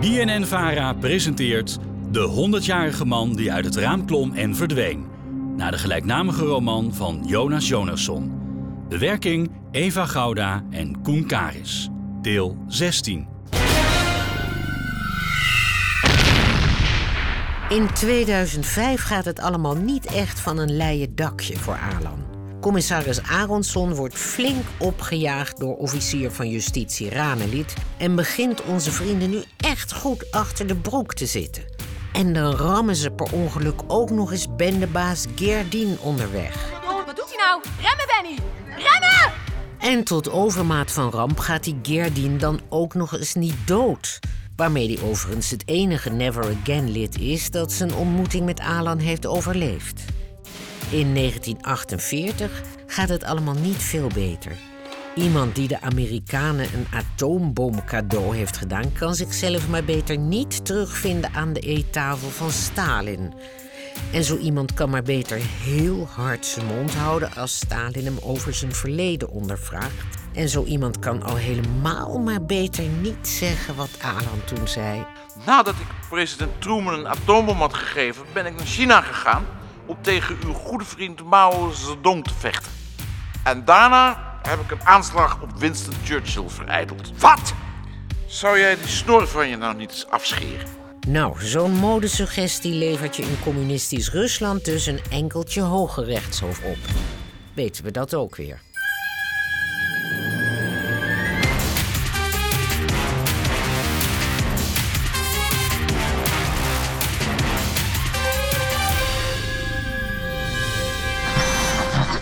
BNN-VARA presenteert De 100-jarige man die uit het raam klom en verdween. Naar de gelijknamige roman van Jonas Jonasson. Bewerking Eva Gouda en Koen Karis. Deel 16. In 2005 gaat het allemaal niet echt van een leien dakje voor Alan. Commissaris Aronson wordt flink opgejaagd door officier van justitie Ranelid en begint onze vrienden nu echt goed achter de broek te zitten. En dan rammen ze per ongeluk ook nog eens bendebaas Gerdien onderweg. Wat doet hij nou? Remmen, Benny! Remmen! En tot overmaat van ramp gaat die Gerdien dan ook nog eens niet dood. Waarmee die overigens het enige Never Again lid is dat zijn ontmoeting met Alan heeft overleefd. In 1948 gaat het allemaal niet veel beter. Iemand die de Amerikanen een atoombom cadeau heeft gedaan, kan zichzelf maar beter niet terugvinden aan de eettafel van Stalin. En zo iemand kan maar beter heel hard zijn mond houden als Stalin hem over zijn verleden ondervraagt. En zo iemand kan al helemaal maar beter niet zeggen wat Alan toen zei. Nadat ik president Truman een atoombom had gegeven, ben ik naar China gegaan om tegen uw goede vriend Mao Zedong te vechten. En daarna heb ik een aanslag op Winston Churchill verijdeld. Wat? Zou jij die snor van je nou niet eens afscheren? Nou, zo'n modesuggestie levert je in communistisch Rusland dus een enkeltje hoger rechtshof op. Weten we dat ook weer.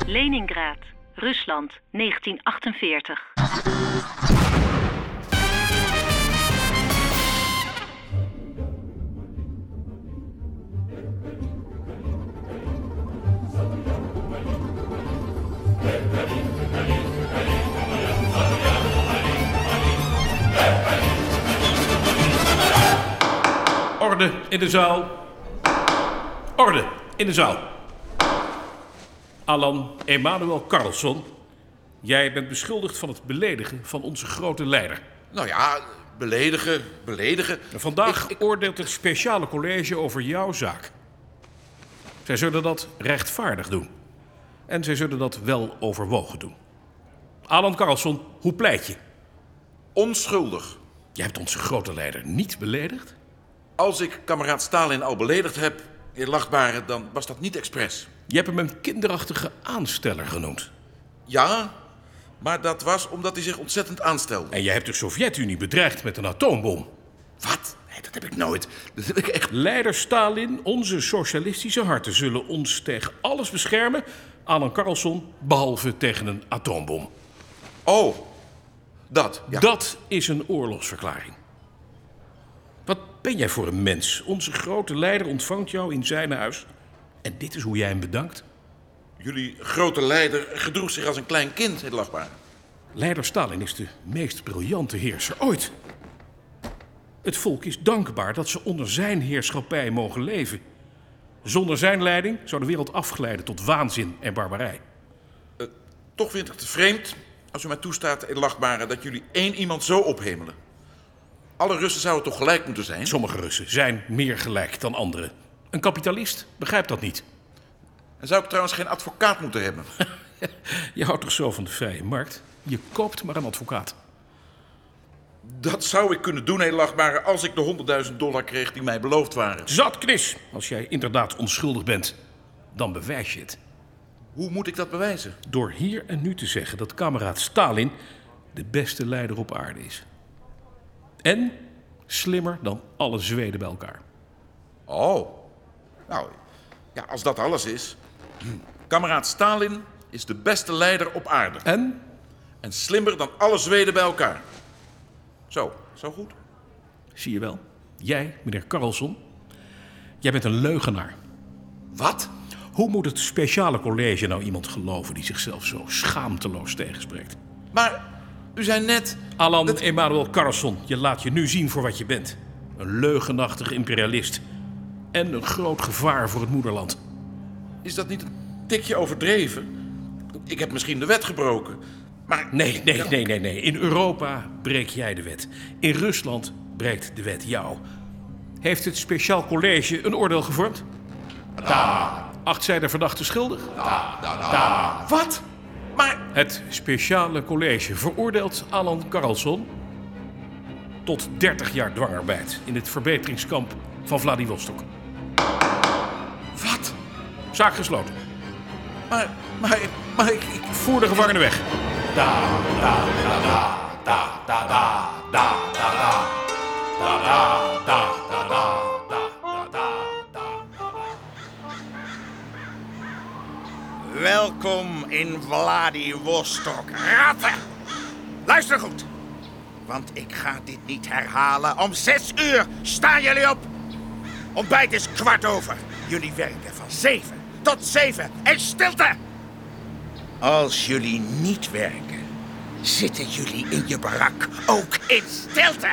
Leningrad, Rusland, 1948. Orde in de zaal. Orde in de zaal. Alan Emanuel Carlson, jij bent beschuldigd van het beledigen van onze grote leider. Nou ja, beledigen, beledigen. Vandaag Ik- ik- oordeelt het speciale college over jouw zaak. Zij zullen dat rechtvaardig doen. En zij zullen dat wel overwogen doen. Alan Carlson, hoe pleit je? Onschuldig. Jij hebt onze grote leider niet beledigd? Als ik kameraad Stalin al beledigd heb, je lacht maar, dan was dat niet expres. Je hebt hem een kinderachtige aansteller genoemd. Ja, maar dat was omdat hij zich ontzettend aanstelde. En jij hebt de Sovjet-Unie bedreigd met een atoombom. Wat? Nee, dat heb ik nooit. Dat heb ik echt Leider Stalin, onze socialistische harten zullen ons tegen alles beschermen. Alan Carlson, behalve tegen een atoombom. Oh, dat. Ja. Dat is een oorlogsverklaring. Wat ben jij voor een mens? Onze grote leider ontvangt jou in zijn huis. En dit is hoe jij hem bedankt? Jullie grote leider gedroeg zich als een klein kind, het lachbaar. Leider Stalin is de meest briljante heerser ooit. Het volk is dankbaar dat ze onder zijn heerschappij mogen leven. Zonder zijn leiding zou de wereld afglijden tot waanzin en barbarij. Toch vind ik het vreemd, als u mij toestaat, het lachbare, dat jullie één iemand zo ophemelen. Alle Russen zouden toch gelijk moeten zijn? Sommige Russen zijn meer gelijk dan anderen. Een kapitalist begrijpt dat niet. En zou ik trouwens geen advocaat moeten hebben? Je houdt toch zo van de vrije markt? Je koopt maar een advocaat. Dat zou ik kunnen doen, heel lachbare, als ik de 100.000 dollar kreeg die mij beloofd waren. Zat, Chris! Als jij inderdaad onschuldig bent, dan bewijs je het. Hoe moet ik dat bewijzen? Door hier en nu te zeggen dat kameraad Stalin de beste leider op aarde is. En slimmer dan alle Zweden bij elkaar. Oh, nou, ja, als dat alles is. Hm. Kameraad Stalin is de beste leider op aarde. En En slimmer dan alle Zweden bij elkaar. Zo, zo goed. Zie je wel? Jij, meneer Carlson, jij bent een leugenaar. Wat? Hoe moet het speciale college nou iemand geloven die zichzelf zo schaamteloos tegenspreekt? Maar u zei net. Alan Dat- Emanuel Carlson, je laat je nu zien voor wat je bent. Een leugenachtig imperialist. En een groot gevaar voor het moederland. Is dat niet een tikje overdreven? Ik heb misschien de wet gebroken. Maar Nee, nee, nee, nee, nee. In Europa breek jij de wet. In Rusland breekt de wet jou. Heeft het speciaal college een oordeel gevormd? Da. Acht zij de verdachte schuldig? Da. Wat? Maar Het speciale college veroordeelt Alan Karlsson tot 30 jaar dwangarbeid in het verbeteringskamp van Vladivostok. wat? Zaak gesloten. Maar, maar, maar ik, ik- Voer de gevangenen weg. Welkom in Vladivostok, ratten! Luister goed, want ik ga dit niet herhalen. Om zes uur staan jullie op. Ontbijt is kwart over. Jullie werken van zeven tot zeven en stilte! Als jullie niet werken, zitten jullie in je barak ook in stilte.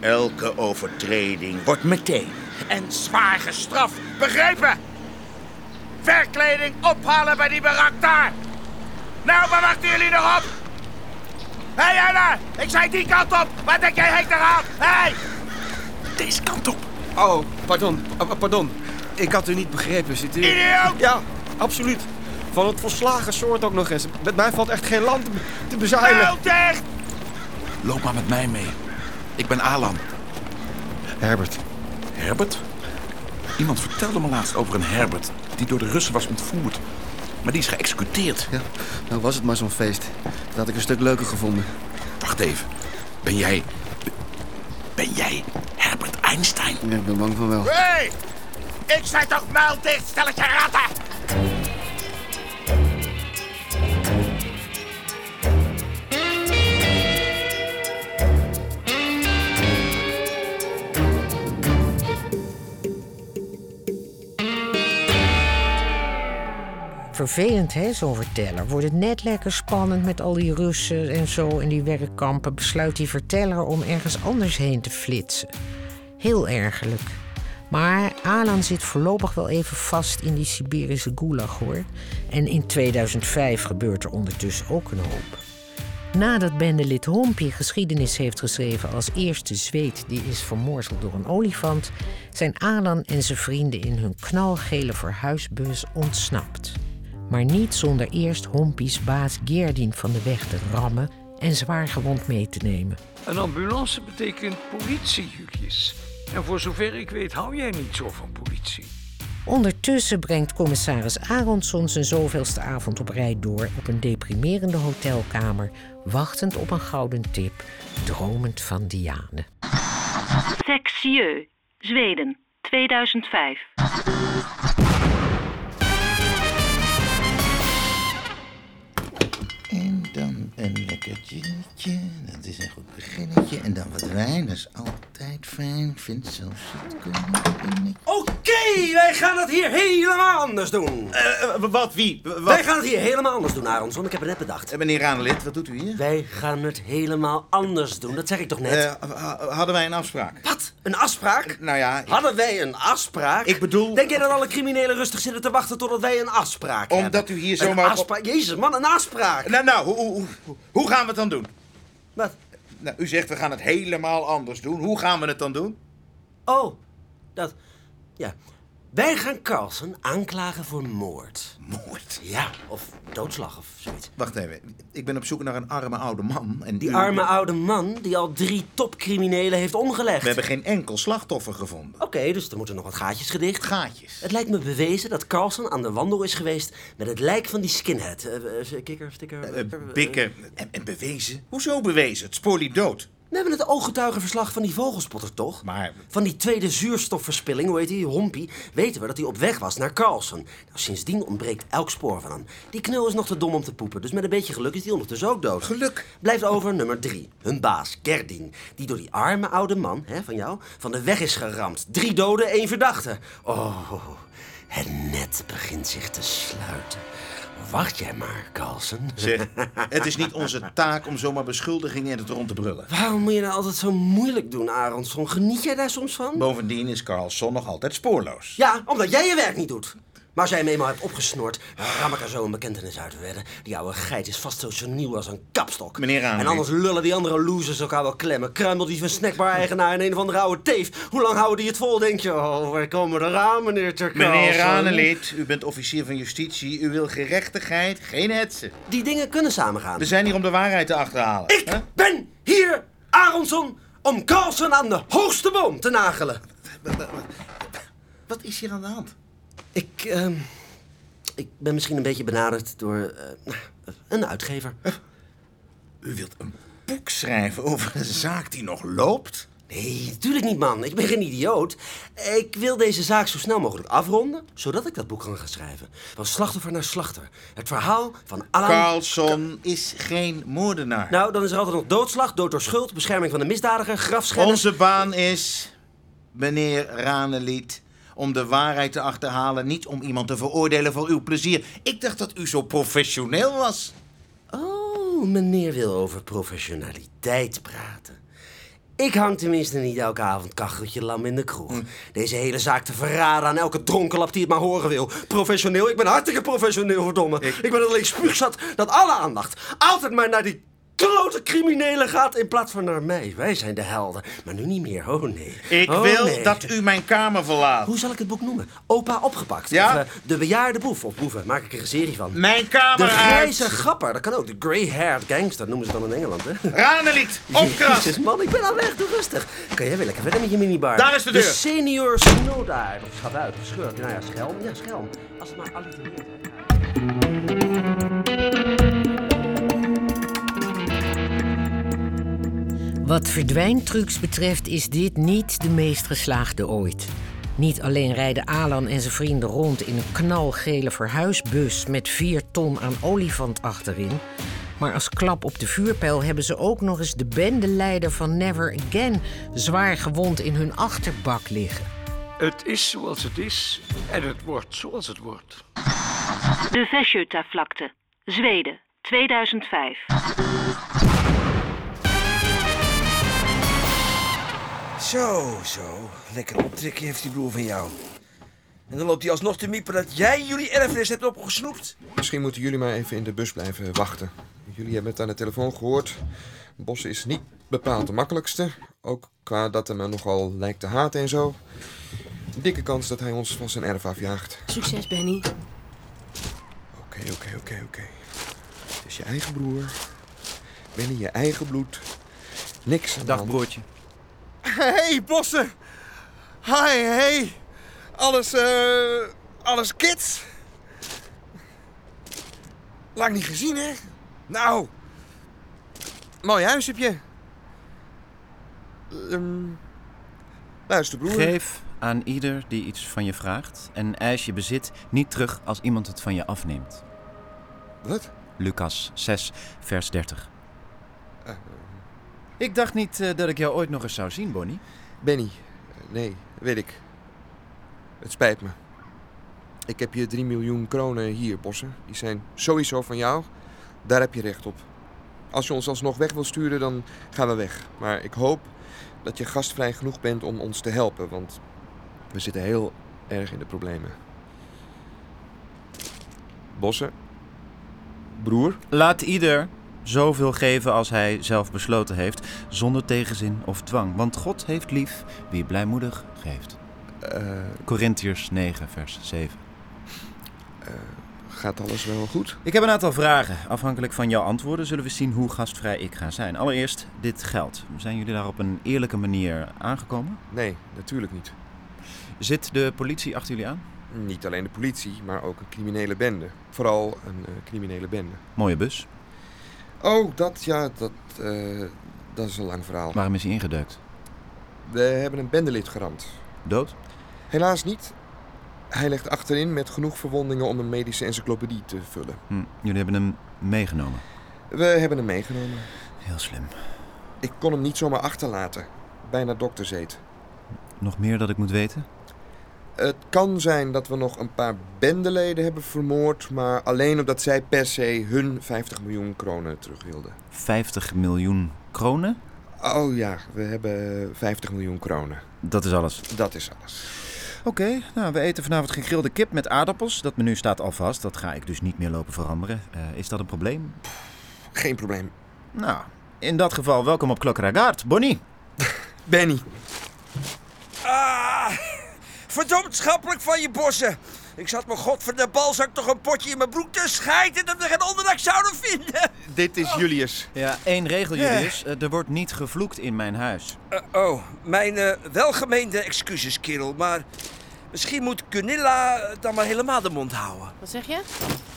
Elke overtreding wordt meteen en zwaar gestraft, begrepen? Verkleding ophalen bij die barak daar. Nou, waar wachten jullie nog op? Hé, hey, Anna, ik zei die kant op. Wat denk jij, Henk, eraan? Hé! Hey! Deze kant op. Oh, pardon. Ah, ah, pardon. Ik had u niet begrepen. Zit u... Idioot! Ja, absoluut. Van het volslagen soort ook nog eens. Met mij valt echt geen land te, be- te bezuinigen. Meld dicht! Loop maar met mij mee. Ik ben Alan. Herbert. Herbert? Iemand vertelde me laatst over een Herbert die door de Russen was ontvoerd. Maar die is geëxecuteerd. Ja, nou was het maar zo'n feest. Dat had ik een stuk leuker gevonden. Wacht even. Ben jij. Ben jij Herbert Einstein? Ja, Ik ben bang van wel. Hé! Hey! Ik zei toch muil dicht, stelletje ratten! Vervelend, hè, zo'n verteller. Wordt het net lekker spannend met al die Russen en zo in die werkkampen... besluit die verteller om ergens anders heen te flitsen. Heel ergerlijk. Maar Alan zit voorlopig wel even vast in die Siberische gulag, hoor. En in 2005 gebeurt er ondertussen ook een hoop. Nadat bendelid Hompje geschiedenis heeft geschreven als eerste Zweed die is vermorzeld door een olifant, zijn Alan en zijn vrienden in hun knalgele verhuisbus ontsnapt. Maar niet zonder eerst Hompies baas Geerdien van de weg te rammen en zwaargewond mee te nemen. Een ambulance betekent politie, Julius. En voor zover ik weet, hou jij niet zo van politie. Ondertussen brengt commissaris Aronson zijn zoveelste avond op rij door op een deprimerende hotelkamer, wachtend op een gouden tip, dromend van Diane. Sexieu, Zweden, 2005. En dan een lekker ginnetje. Dat is een goed beginnetje. En dan wat wijn, dat is altijd fijn. Vindt zelfs het koninginnetje. Oké, wij gaan het hier helemaal anders doen. Eh, wat, wie? Wat? Wij gaan het hier helemaal anders doen, Aronson. Ik heb het net bedacht. Eh, meneer Raanlid, wat doet u hier? Wij gaan het helemaal anders doen. Dat zeg ik toch net? Eh, ha- hadden wij een afspraak? Wat? Een afspraak? Nou ja, ik- Hadden wij een afspraak? Ik bedoel- Denk jij dat alle criminelen rustig zitten te wachten totdat wij een afspraak Omdat hebben? u hier Een zomaar op- afspraak? Jezus, man, een afspraak. nou, nou, hoe, hoe, hoe- hoe gaan we het dan doen? Wat? Nou, u zegt we gaan het helemaal anders doen. Hoe gaan we het dan doen? Oh, dat... Ja. Wij gaan Carlsen aanklagen voor moord. Moord. Ja, of doodslag of zoiets. Wacht even, ik ben op zoek naar een arme oude man. En Die u- arme oude man die al drie topcriminelen heeft omgelegd. We hebben geen enkel slachtoffer gevonden. Oké, dus er moeten nog wat gaatjes gedicht. Gaatjes. Het lijkt me bewezen dat Carlson aan de wandel is geweest met het lijk van die skinhead. Eh, eh, kikker, sticker. Eh, bikken en, en bewezen. Hoezo bewezen? Het spoor liep dood. We hebben het ooggetuigenverslag van die vogelspotter, toch? Maar- Van die tweede zuurstofverspilling, hoe heet die, Hompie, weten we dat hij op weg was naar Carlson. Nou, sindsdien ontbreekt elk spoor van hem. Die knul is nog te dom om te poepen, dus met een beetje geluk is die ondertussen ook dood. Geluk? Blijft over nummer drie, hun baas, Gerdien. Die door die arme oude man, hè, van jou, van de weg is geramd. Drie doden, één verdachte. Oh, het net begint zich te sluiten. Wacht jij maar, Carlson. Zeg, het is niet onze taak om zomaar beschuldigingen in het rond te brullen. Waarom moet je nou altijd zo moeilijk doen, Aronson? Geniet jij daar soms van? Bovendien is Carlson nog altijd spoorloos. Ja, omdat jij je werk niet doet. Maar als jij hem eenmaal hebt opgesnoord, dan ram ik er zo een bekentenis uit wedden. Die oude geit is vast zo seniel als een kapstok. Meneer Aanweg. En anders lullen die andere losers elkaar wel klemmen. Kruimel die van snackbar-eigenaar en een of andere oude teef. Hoe lang houden die het vol, denk je? Oh, wij komen eraan, meneer Terkalsen. Meneer Ranelid, u bent officier van justitie. U wil gerechtigheid, geen hetsen. Die dingen kunnen samengaan. We zijn hier om de waarheid te achterhalen. Ik ben hier, Aronson, om Carlsen aan de hoogste boom te nagelen. Wat is hier aan de hand? Ik, ehm, ik ben misschien een beetje benaderd door eh, een uitgever. U wilt een boek schrijven over een zaak die nog loopt? Nee, natuurlijk niet, man. Ik ben geen idioot. Ik wil deze zaak zo snel mogelijk afronden, zodat ik dat boek kan gaan schrijven. Van slachtoffer naar slachter. Het verhaal van Alan... Carlson is geen moordenaar. Nou, dan is er altijd nog doodslag, dood door schuld, bescherming van de misdadiger, grafschennis... Onze baan is, meneer Ranelied, om de waarheid te achterhalen, niet om iemand te veroordelen voor uw plezier. Ik dacht dat u zo professioneel was. Oh, meneer wil over professionaliteit praten. Ik hang tenminste niet elke avond kacheltje lam in de kroeg. Hm. Deze hele zaak te verraden aan elke dronkenlap die het maar horen wil. Professioneel, ik ben hartstikke professioneel, verdomme. Ik, ben alleen spuugzat dat alle aandacht altijd maar naar die klote criminelen gaat in plaats van naar mij. Wij zijn de helden, maar nu niet meer. Oh nee. Ik Oh, wil nee. dat u mijn kamer verlaat. Hoe zal ik het boek noemen? Opa opgepakt. Ja? Of, eh, de bejaarde boef. Of boeven, maak ik er een serie van. Mijn kamer De grijze uit. grapper, dat kan ook. De grey-haired gangster noemen ze dan in Engeland, hè? Ranelied, opkrast. Jezus, man, ik ben al weg. Doe rustig. Kan jij weer lekker verder met je minibar? Daar is de deur. De senior Snowda. Of schat uit, of scheurt. Nou ja, schelm. Ja, schelm. Als het maar allitereert. hè. Wat verdwijntrucs betreft is dit niet de meest geslaagde ooit. Niet alleen rijden Alan en zijn vrienden rond in een knalgele verhuisbus met 4 ton aan olifant achterin. Maar als klap op de vuurpijl hebben ze ook nog eens de bendeleider van Never Again zwaar gewond in hun achterbak liggen. Het is zoals het is en het wordt zoals het wordt. De Vesjöta-vlakte, Zweden, 2005. Zo, zo. Lekker optrekken heeft die broer van jou. En dan loopt hij alsnog te miepen dat jij jullie erfenis hebt opgesnoept. Misschien moeten jullie maar even in de bus blijven wachten. Jullie hebben het aan de telefoon gehoord. Bos is niet bepaald de makkelijkste. Ook qua dat hij me nogal lijkt te haten en zo. Dikke kans dat hij ons van zijn erf afjaagt. Succes, Benny. Oké, oké, oké, oké. Het is je eigen broer. Binnen je eigen bloed. Niks aan Dag, broertje. Hey, Bossen. Hi, hey. Alles, eh... alles kids. Lang niet gezien, hè? Nou. Mooi huis heb je. Ehm, luister, broer. Geef aan ieder die iets van je vraagt en eis je bezit niet terug als iemand het van je afneemt. Wat? Lucas 6, vers 30. Eh, Ik dacht niet eh, dat ik jou ooit nog eens zou zien, Bonnie. Benny. Eh, Nee, weet ik. Het spijt me. Ik heb je 3 miljoen kronen hier, Bossen. Die zijn sowieso van jou. Daar heb je recht op. Als je ons alsnog weg wilt sturen, dan gaan we weg. Maar ik hoop dat je gastvrij genoeg bent om ons te helpen. Want we zitten heel erg in de problemen. Bossen. Broer? Laat ieder zoveel geven als hij zelf besloten heeft, zonder tegenzin of dwang. Want God heeft lief wie blijmoedig geeft. Eh, Corinthiërs 9, vers 7. Eh, Gaat alles wel goed? Ik heb een aantal vragen. Afhankelijk van jouw antwoorden zullen we zien hoe gastvrij ik ga zijn. Allereerst dit geld. Zijn jullie daar op een eerlijke manier aangekomen? Nee, natuurlijk niet. Zit de politie achter jullie aan? Niet alleen de politie, maar ook een criminele bende. Vooral een eh, criminele bende. Mooie bus. Oh, dat ja, dat, eh, dat is een lang verhaal. Waarom is hij ingeduikt? We hebben een bendelid geramd. Dood? Helaas niet. Hij ligt achterin met genoeg verwondingen om een medische encyclopedie te vullen. Hm, jullie hebben hem meegenomen. We hebben hem meegenomen. Heel slim. Ik kon hem niet zomaar achterlaten. Bijna dokterzeet. Nog meer dat ik moet weten? Het kan zijn dat we nog een paar bendeleden hebben vermoord, maar alleen omdat zij per se hun 50 miljoen kronen terug wilden. 50 miljoen kronen? Oh ja, we hebben 50 miljoen kronen. Dat is alles. Dat is alles. Oké, Oké, nou, we eten vanavond gegrilde kip met aardappels. Dat menu staat al vast. Dat ga ik dus niet meer lopen veranderen. Eh, is dat een probleem? Geen probleem. Nou, in dat geval welkom op Klokkeragaard. Bonnie. Benny. Ah, verdomd schappelijk van je bossen. Ik zat mijn godverde balzak toch een potje in mijn broek te schijten dat we geen onderdak zouden vinden. Dit is Julius. Ja, één regel, Julius. Eh, er wordt niet gevloekt in mijn huis. Eh, oh, mijn eh, welgemeende excuses, kerel, maar misschien moet Gunilla eh, dan maar helemaal de mond houden. Wat zeg je?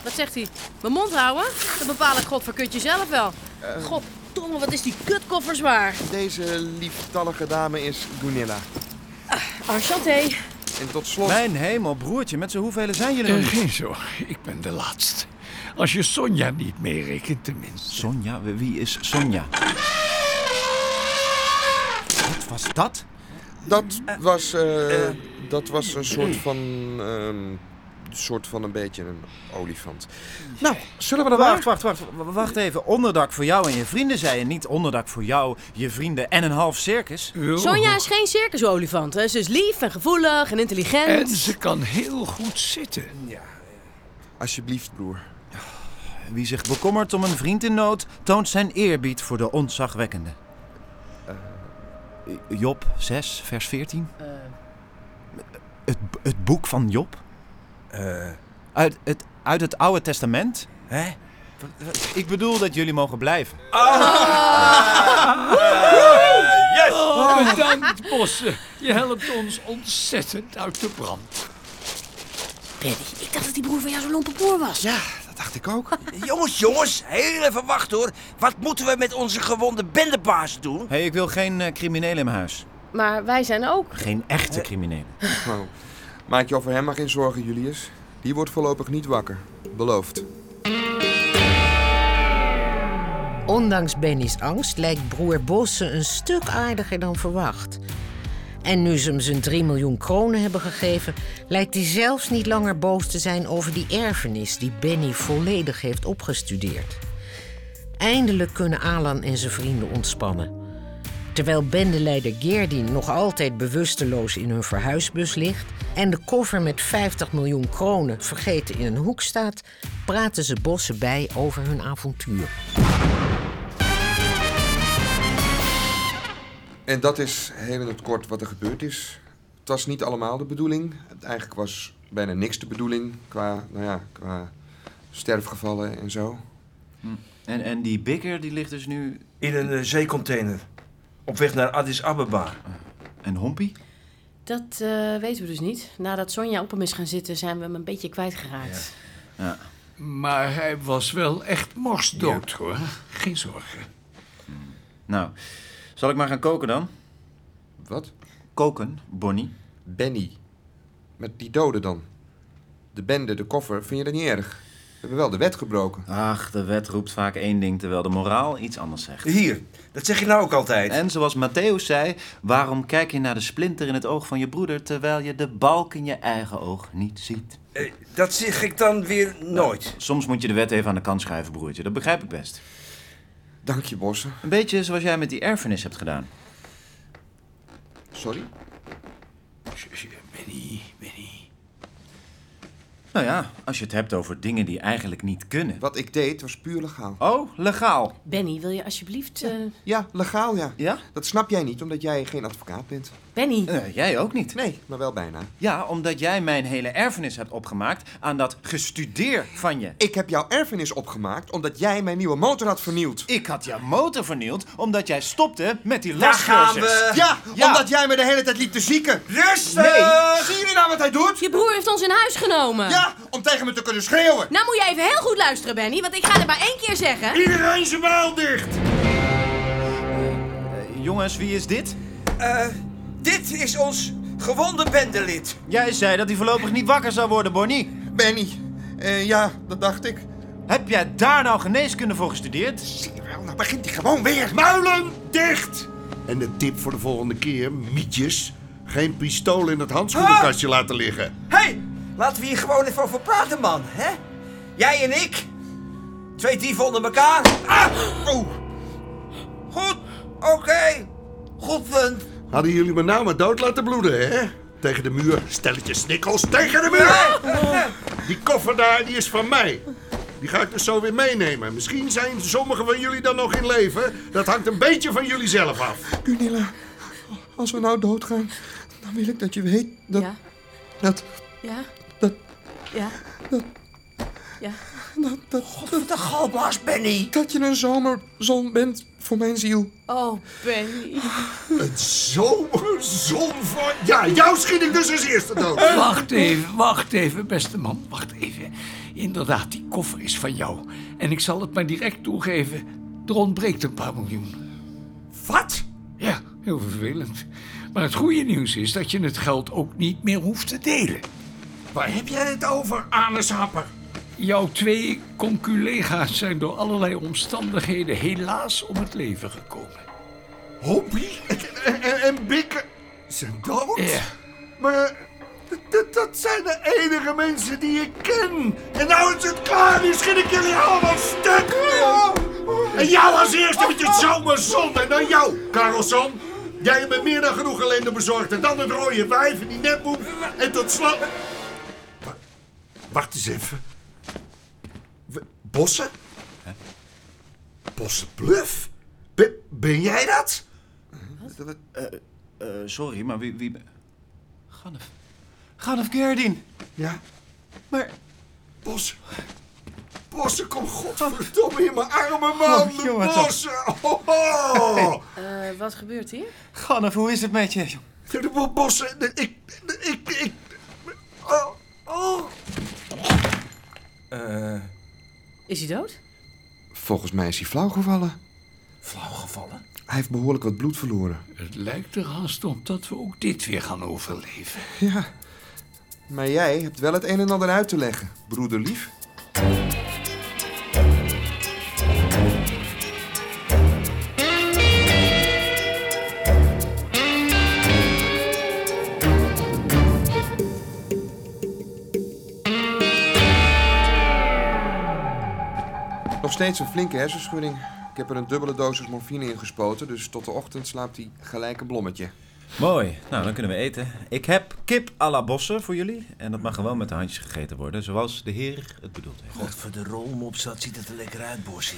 Wat zegt hij? Mijn mond houden? Dat bepaal ik godverkutje zelf wel. Eh. Goddomme, wat is die kutkoffer zwaar. Deze lieftallige dame is Gunilla. Enchanté. En tot slot... Mijn hemel, broertje. Met z'n hoeveel zijn jullie Eh, nog niet? geen zorg, ik ben de laatste. Als je Sonja niet meerekent, tenminste. Sonja? Wie is Sonja? Wat was dat? Dat was, eh, dat was een soort van... ehm, soort van een beetje een olifant. Nou, zullen we dan Wacht, wacht, wacht. w- Wacht even. Onderdak voor jou en je vrienden, zei je. Niet onderdak voor jou, je vrienden en een half circus. Sonja is geen circusolifant. Hè. Ze is lief en gevoelig en intelligent. kan heel goed zitten. Ja. Alsjeblieft, broer. Wie zich bekommert om een vriend in nood, toont zijn eerbied voor de ontzagwekkende. Eh, Eh, Job 6, vers 14. Eh, Het, het boek van Job? Eh. Uit het, uit het Oude Testament? Hè? Ik bedoel dat jullie mogen blijven. Yes! Oh, bedankt, Bossen. Je helpt ons ontzettend uit de brand. Ik dacht dat die broer van jou zo'n lompe boer was. Ja, dat dacht ik ook. jongens, jongens, heel even wacht hoor. Wat moeten we met onze gewonde bendebaas doen? Hé, ik wil geen eh, criminelen in mijn huis. Maar wij zijn ook. Geen Eh. echte criminelen. Nou, maak je over hem maar geen zorgen, Julius. Die wordt voorlopig niet wakker. Beloofd. Ondanks Benny's angst lijkt broer Bosse een stuk aardiger dan verwacht. En nu ze hem zijn 3 miljoen kronen hebben gegeven, lijkt hij zelfs niet langer boos te zijn over die erfenis die Benny volledig heeft opgestudeerd. Eindelijk kunnen Alan en zijn vrienden ontspannen. Terwijl bendeleider Geerdien nog altijd bewusteloos in hun verhuisbus ligt en de koffer met 50 miljoen kronen vergeten in een hoek staat, praten ze Bosse bij over hun avontuur. En dat is heel in het kort wat er gebeurd is. Het was niet allemaal de bedoeling. Het Eigenlijk was bijna niks de bedoeling qua, nou ja, qua sterfgevallen en zo. En, en die bikker die ligt dus Hm. nu... In een eh, zeecontainer. Op weg naar Addis Ababa. En Hompie? Dat eh, weten we dus niet. Nadat Sonja op hem is gaan zitten, zijn we hem een beetje kwijtgeraakt. Maar hij was wel echt morsdood, hoor. Geen zorgen. Nou, zal ik maar gaan koken dan? Wat? Koken, Bonnie. Benny. Met die doden dan. De bende, de koffer, vind je dat niet erg? We hebben wel de wet gebroken. Ach, de wet roept vaak één ding, terwijl de moraal iets anders zegt. Hier, dat zeg je nou ook altijd. En zoals Matthäus zei, waarom kijk je naar de splinter in het oog van je broeder, terwijl je de balk in je eigen oog niet ziet? Eh, dat zeg ik dan weer nooit. Soms moet je de wet even aan de kant schuiven, broertje. Dat begrijp ik best. Dank je, Bossen. Een beetje zoals jij met die erfenis hebt gedaan. Sorry? Benny, Benny. Nou ja, als je het hebt over dingen die eigenlijk niet kunnen. Wat ik deed was puur legaal. Oh, legaal. Benny, wil je alsjeblieft... eh, Ja, legaal ja. Ja? Dat snap jij niet, omdat jij geen advocaat bent. Benny, Eh, jij ook niet. Nee, maar wel bijna. Ja, omdat jij mijn hele erfenis hebt opgemaakt aan dat gestudeer van je. Ik heb jouw erfenis opgemaakt omdat jij mijn nieuwe motor had vernield. Ik had jouw motor vernield omdat jij stopte met die Daar gaan lastcursus. we. Ja, Ja. omdat jij me de hele tijd liep te zieken. Rustig! Nee, zie je nou wat hij doet? je broer heeft ons in huis genomen. Ja, om tegen me te kunnen schreeuwen. Nou moet je even heel goed luisteren, Benny, want ik ga er maar één keer zeggen. Iedereen zijn muil dicht! Eh, jongens, wie is dit? Dit is ons gewonde bendelid. Jij zei dat hij voorlopig niet wakker zou worden, Bonnie. Benny, eh, ja, dat dacht ik. Heb jij daar nou geneeskunde voor gestudeerd? Zie je wel, nou begint hij gewoon weer. Muilen dicht! En de tip voor de volgende keer, mietjes. Geen pistool in het handschoenenkastje laten liggen. Hé, hey, laten we hier gewoon even over praten, man. Hè? Jij en ik. Twee dieven onder elkaar. Ah! Oeh. Goed, oké. Goed punt. Hadden jullie me nou maar dood laten bloeden, hè? Tegen de muur. Stelletje snikkels. Tegen de muur! Die koffer daar, die is van mij. Die ga ik dus zo weer meenemen. Misschien zijn sommigen van jullie dan nog in leven. Dat hangt een beetje van jullie zelf af. Gunilla, als we nou doodgaan, dan wil ik dat je weet dat... Ja? Dat... Ja? Dat- Ja? Ja? Dat... dat de galblaas, Benny. Dat je een zomerzon bent voor mijn ziel. Oh, Benny. Een zomerzon van... Ja, jou schiet ik dus als eerste dood. Wacht even, wacht even, beste man, wacht even. Inderdaad, die koffer is van jou. En ik zal het maar direct toegeven, er ontbreekt een paar miljoen. Wat? Ja, heel vervelend. Maar het goede nieuws is dat je het geld ook niet meer hoeft te delen. Waar heb jij het over, aneshapper? Jouw twee conculega's zijn door allerlei omstandigheden helaas om het leven gekomen. Hobby en, en, en Bikke zijn dood? Maar dat, dat, dat zijn de enige mensen die ik ken. En nou is het klaar, nu schiet ik jullie allemaal stuk. En jou als eerste met je zomerzon en dan jou, Karelson. Jij hebt me meer dan genoeg ellende bezorgd. En dan het rode wijf en die nepboek. En tot slot... Wa- Wacht eens even. W- Bossen? Bossenbluff? Ben, ben jij dat? Eh, sorry, maar wie... wie... Ganef. Ganef Gerdin. Ja? Maar... Bos... Bossen, kom godverdomme in mijn armen, man. Oh, jongen, de toch. bossen. Oh, oh. Eh, wat gebeurt hier? Oh, Ganef, hoe is het met je? De bo- bossen, de- ik... de- ik, ik oh, oh. Eh Is hij dood? volgens mij is hij flauwgevallen. Flauwgevallen? Hij heeft behoorlijk wat bloed verloren. Het lijkt er haast op dat we ook dit weer gaan overleven. Ja. Maar jij hebt wel het een en ander uit te leggen, broederlief. Nog steeds een flinke hersenschudding. Ik heb er een dubbele dosis morfine in gespoten, dus tot de ochtend slaapt hij gelijk een blommetje. Mooi, nou dan kunnen we eten. Ik heb kip à la bossen voor jullie. En dat mag gewoon met de handjes gegeten worden, zoals de heer het bedoeld heeft. God, voor de rolmop zat, ziet het er lekker uit, Bossie.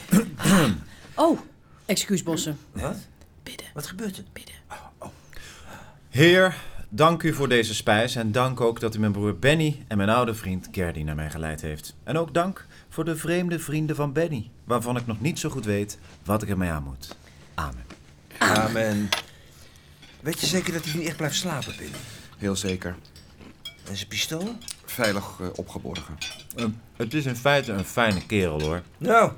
Oh, excuus Bossen. Wat? Bidden. Wat gebeurt er? Bidden. Heer, dank u voor deze spijs en dank ook dat u mijn broer Benny en mijn oude vriend Gerdy naar mij geleid heeft. En ook dank voor de vreemde vrienden van Benny, waarvan ik nog niet zo goed weet wat ik ermee aan moet. Amen. Amen. Weet je zeker dat hij niet echt blijft slapen, Pim? Heel zeker. En zijn pistool? Veilig eh, opgeborgen. Eh, het is in feite een fijne kerel hoor. Nou,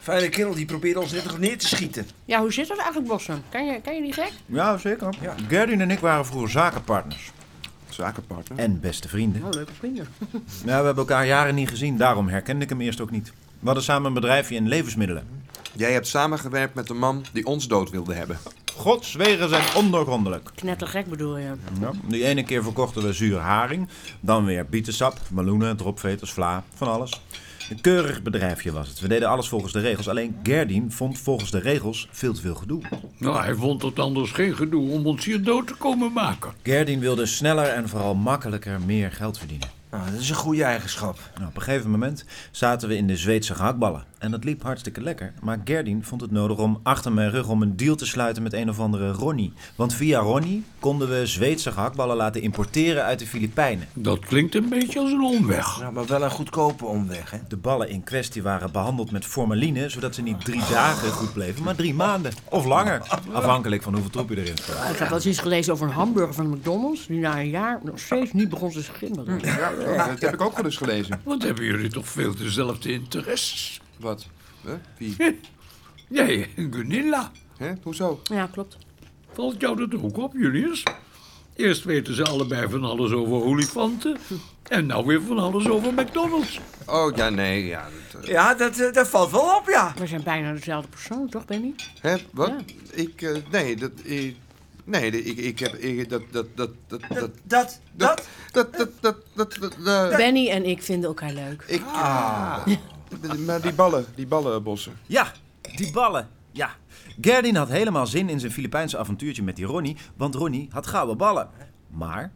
fijne kerel, die probeert ons net nog neer te schieten. Ja, hoe zit dat eigenlijk, Bossen? Kan je, kan je die gek? Ja, zeker. Gerdien en ik waren vroeger zakenpartners. Zakenpartner? En beste vrienden. Oh, leuke vrienden. Ja, Nou, we hebben elkaar jaren niet gezien, daarom herkende ik hem eerst ook niet. We hadden samen een bedrijfje in levensmiddelen. Jij hebt samengewerkt met de man die ons dood wilde hebben. Gods wegen zijn ondoorgrondelijk. Knettergek bedoel je. Ah, Ja, die ene keer verkochten we zuur haring, dan weer bietensap, meloenen, dropveters, vla, van alles. Een keurig bedrijfje was het. We deden alles volgens de regels, alleen Gerdien vond volgens de regels veel te veel gedoe. Nou, hij vond het anders geen gedoe om ons hier dood te komen maken. Gerdien wilde sneller en vooral makkelijker meer geld verdienen. Nou, dat is een goede eigenschap. Nou, op een gegeven moment zaten we in de Zweedse gehaktballen. En dat liep hartstikke lekker. Maar Gerdien vond het nodig om achter mijn rug om een deal te sluiten met een of andere Ronnie. Want via Ronnie konden we Zweedse gehaktballen laten importeren uit de Filipijnen. Dat klinkt een beetje als een omweg. Nou, maar wel een goedkope omweg, hè? De ballen in kwestie waren behandeld met formaline, zodat ze niet drie dagen goed bleven, maar drie maanden. Of langer, afhankelijk van hoeveel troep je erin stopt. Ik heb wel eens iets gelezen over een hamburger van de McDonald's... die na een jaar nog steeds niet begon te schimmelen. dat heb ik ook wel eens gelezen. Wat hebben jullie toch veel dezelfde interesses? Wat? Huh? Wie? Jij en Gunilla. Hè? Hoezo? Ja, klopt. Valt jou dat ook op, Julius? Eerst weten ze allebei van alles over olifanten... en nou weer van alles over McDonald's. Oh, ja, nee, ja. Ja, dat, eh, dat valt wel op, ja. We zijn bijna dezelfde persoon, toch Benny? Hè, wat? Ja. Ik, eh, nee, dat, ik, nee, de- ik, ik heb, ik, dat, dat, dat, dat, dat, dat, dat, dat, dat, dat, dat, dat- Benny en ik vinden elkaar leuk. Ik, Ah. eh, maar die ballen, die ballen, bossen. Ja, die ballen. Ja. Gerdin had helemaal zin in zijn Filipijnse avontuurtje met die Ronnie, want Ronnie had gouden ballen. Maar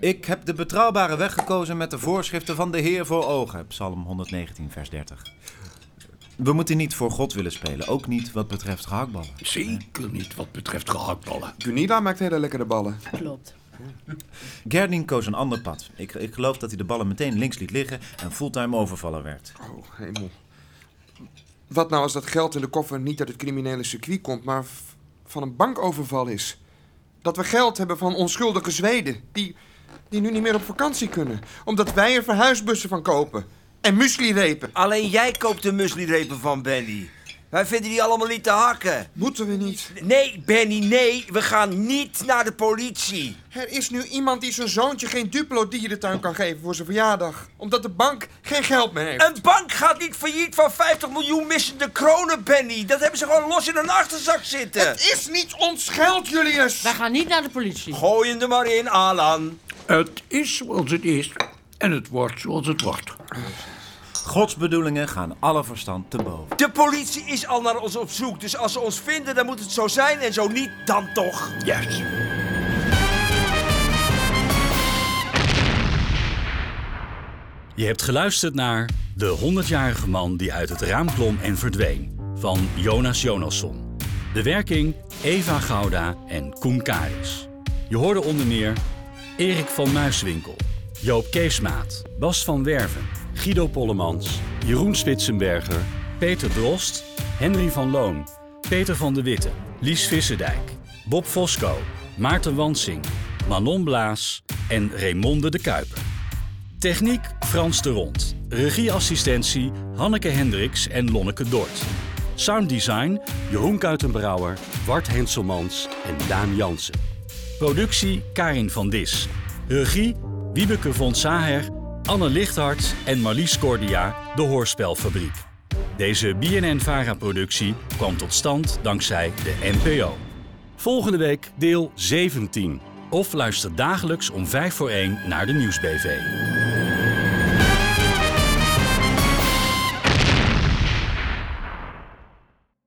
Ik heb de betrouwbare weg gekozen met de voorschriften van de Heer voor ogen. Psalm 119, vers 30. We moeten niet voor God willen spelen, ook niet wat betreft gehaktballen. Zeker niet wat betreft gehaktballen. Gunilla maakt hele lekkere ballen. Klopt. Gerdien koos een ander pad. Ik, ik geloof dat hij de ballen meteen links liet liggen en fulltime overvallen werd. Oh, hemel. Wat nou als dat geld in de koffer niet uit het criminele circuit komt, maar v- van een bankoverval is? Dat we geld hebben van onschuldige Zweden, die, die nu niet meer op vakantie kunnen, omdat wij er verhuisbussen van kopen. En mueslirepen. Alleen jij koopt de mueslirepen van Benny. Wij vinden die allemaal niet te hakken. Moeten we niet? Nee, Benny, nee. We gaan niet naar de politie. Er is nu iemand die zijn zoontje geen Duplo dierentuin kan geven voor zijn verjaardag, omdat de bank geen geld meer heeft. Een bank gaat niet failliet van 50 miljoen missende kronen, Benny. Dat hebben ze gewoon los in hun achterzak zitten. Het is niet ons geld, Julius. Wij gaan niet naar de politie. Gooi hem er maar in, Alan. Het is zoals het is en het wordt zoals het wordt. Gods bedoelingen gaan alle verstand te boven. De politie is al naar ons op zoek. Dus als ze ons vinden, dan moet het zo zijn. En zo niet, dan toch. Juist. Je hebt geluisterd naar De 100-jarige man die uit het raam klom en verdween van Jonas Jonasson. De werking Eva Gouda en Koen Karis. Je hoorde onder meer Erik van Muiswinkel, Joop Keesmaat, Bas van Werven, Guido Pollemans, Jeroen Spitsenberger, Peter Drost, Henry van Loon, Peter van de Witte, Lies Visserdijk, Bob Fosco, Maarten Wansing, Manon Blaas en Raymonde de Kuiper. Techniek Frans de Rond. Regieassistentie Hanneke Hendricks en Lonneke Dort. Sounddesign Jeroen Kuitenbrouwer, Bart Henselmans en Daan Jansen. Productie Karin van Dis. Regie Wiebeke von Saher, Anne Lichthart en Marlies Cordia, de Hoorspelfabriek. Deze BNN-Vara-productie kwam tot stand dankzij de NPO. Volgende week deel 17. Of luister dagelijks om 5 voor 1 naar de Nieuwsbv.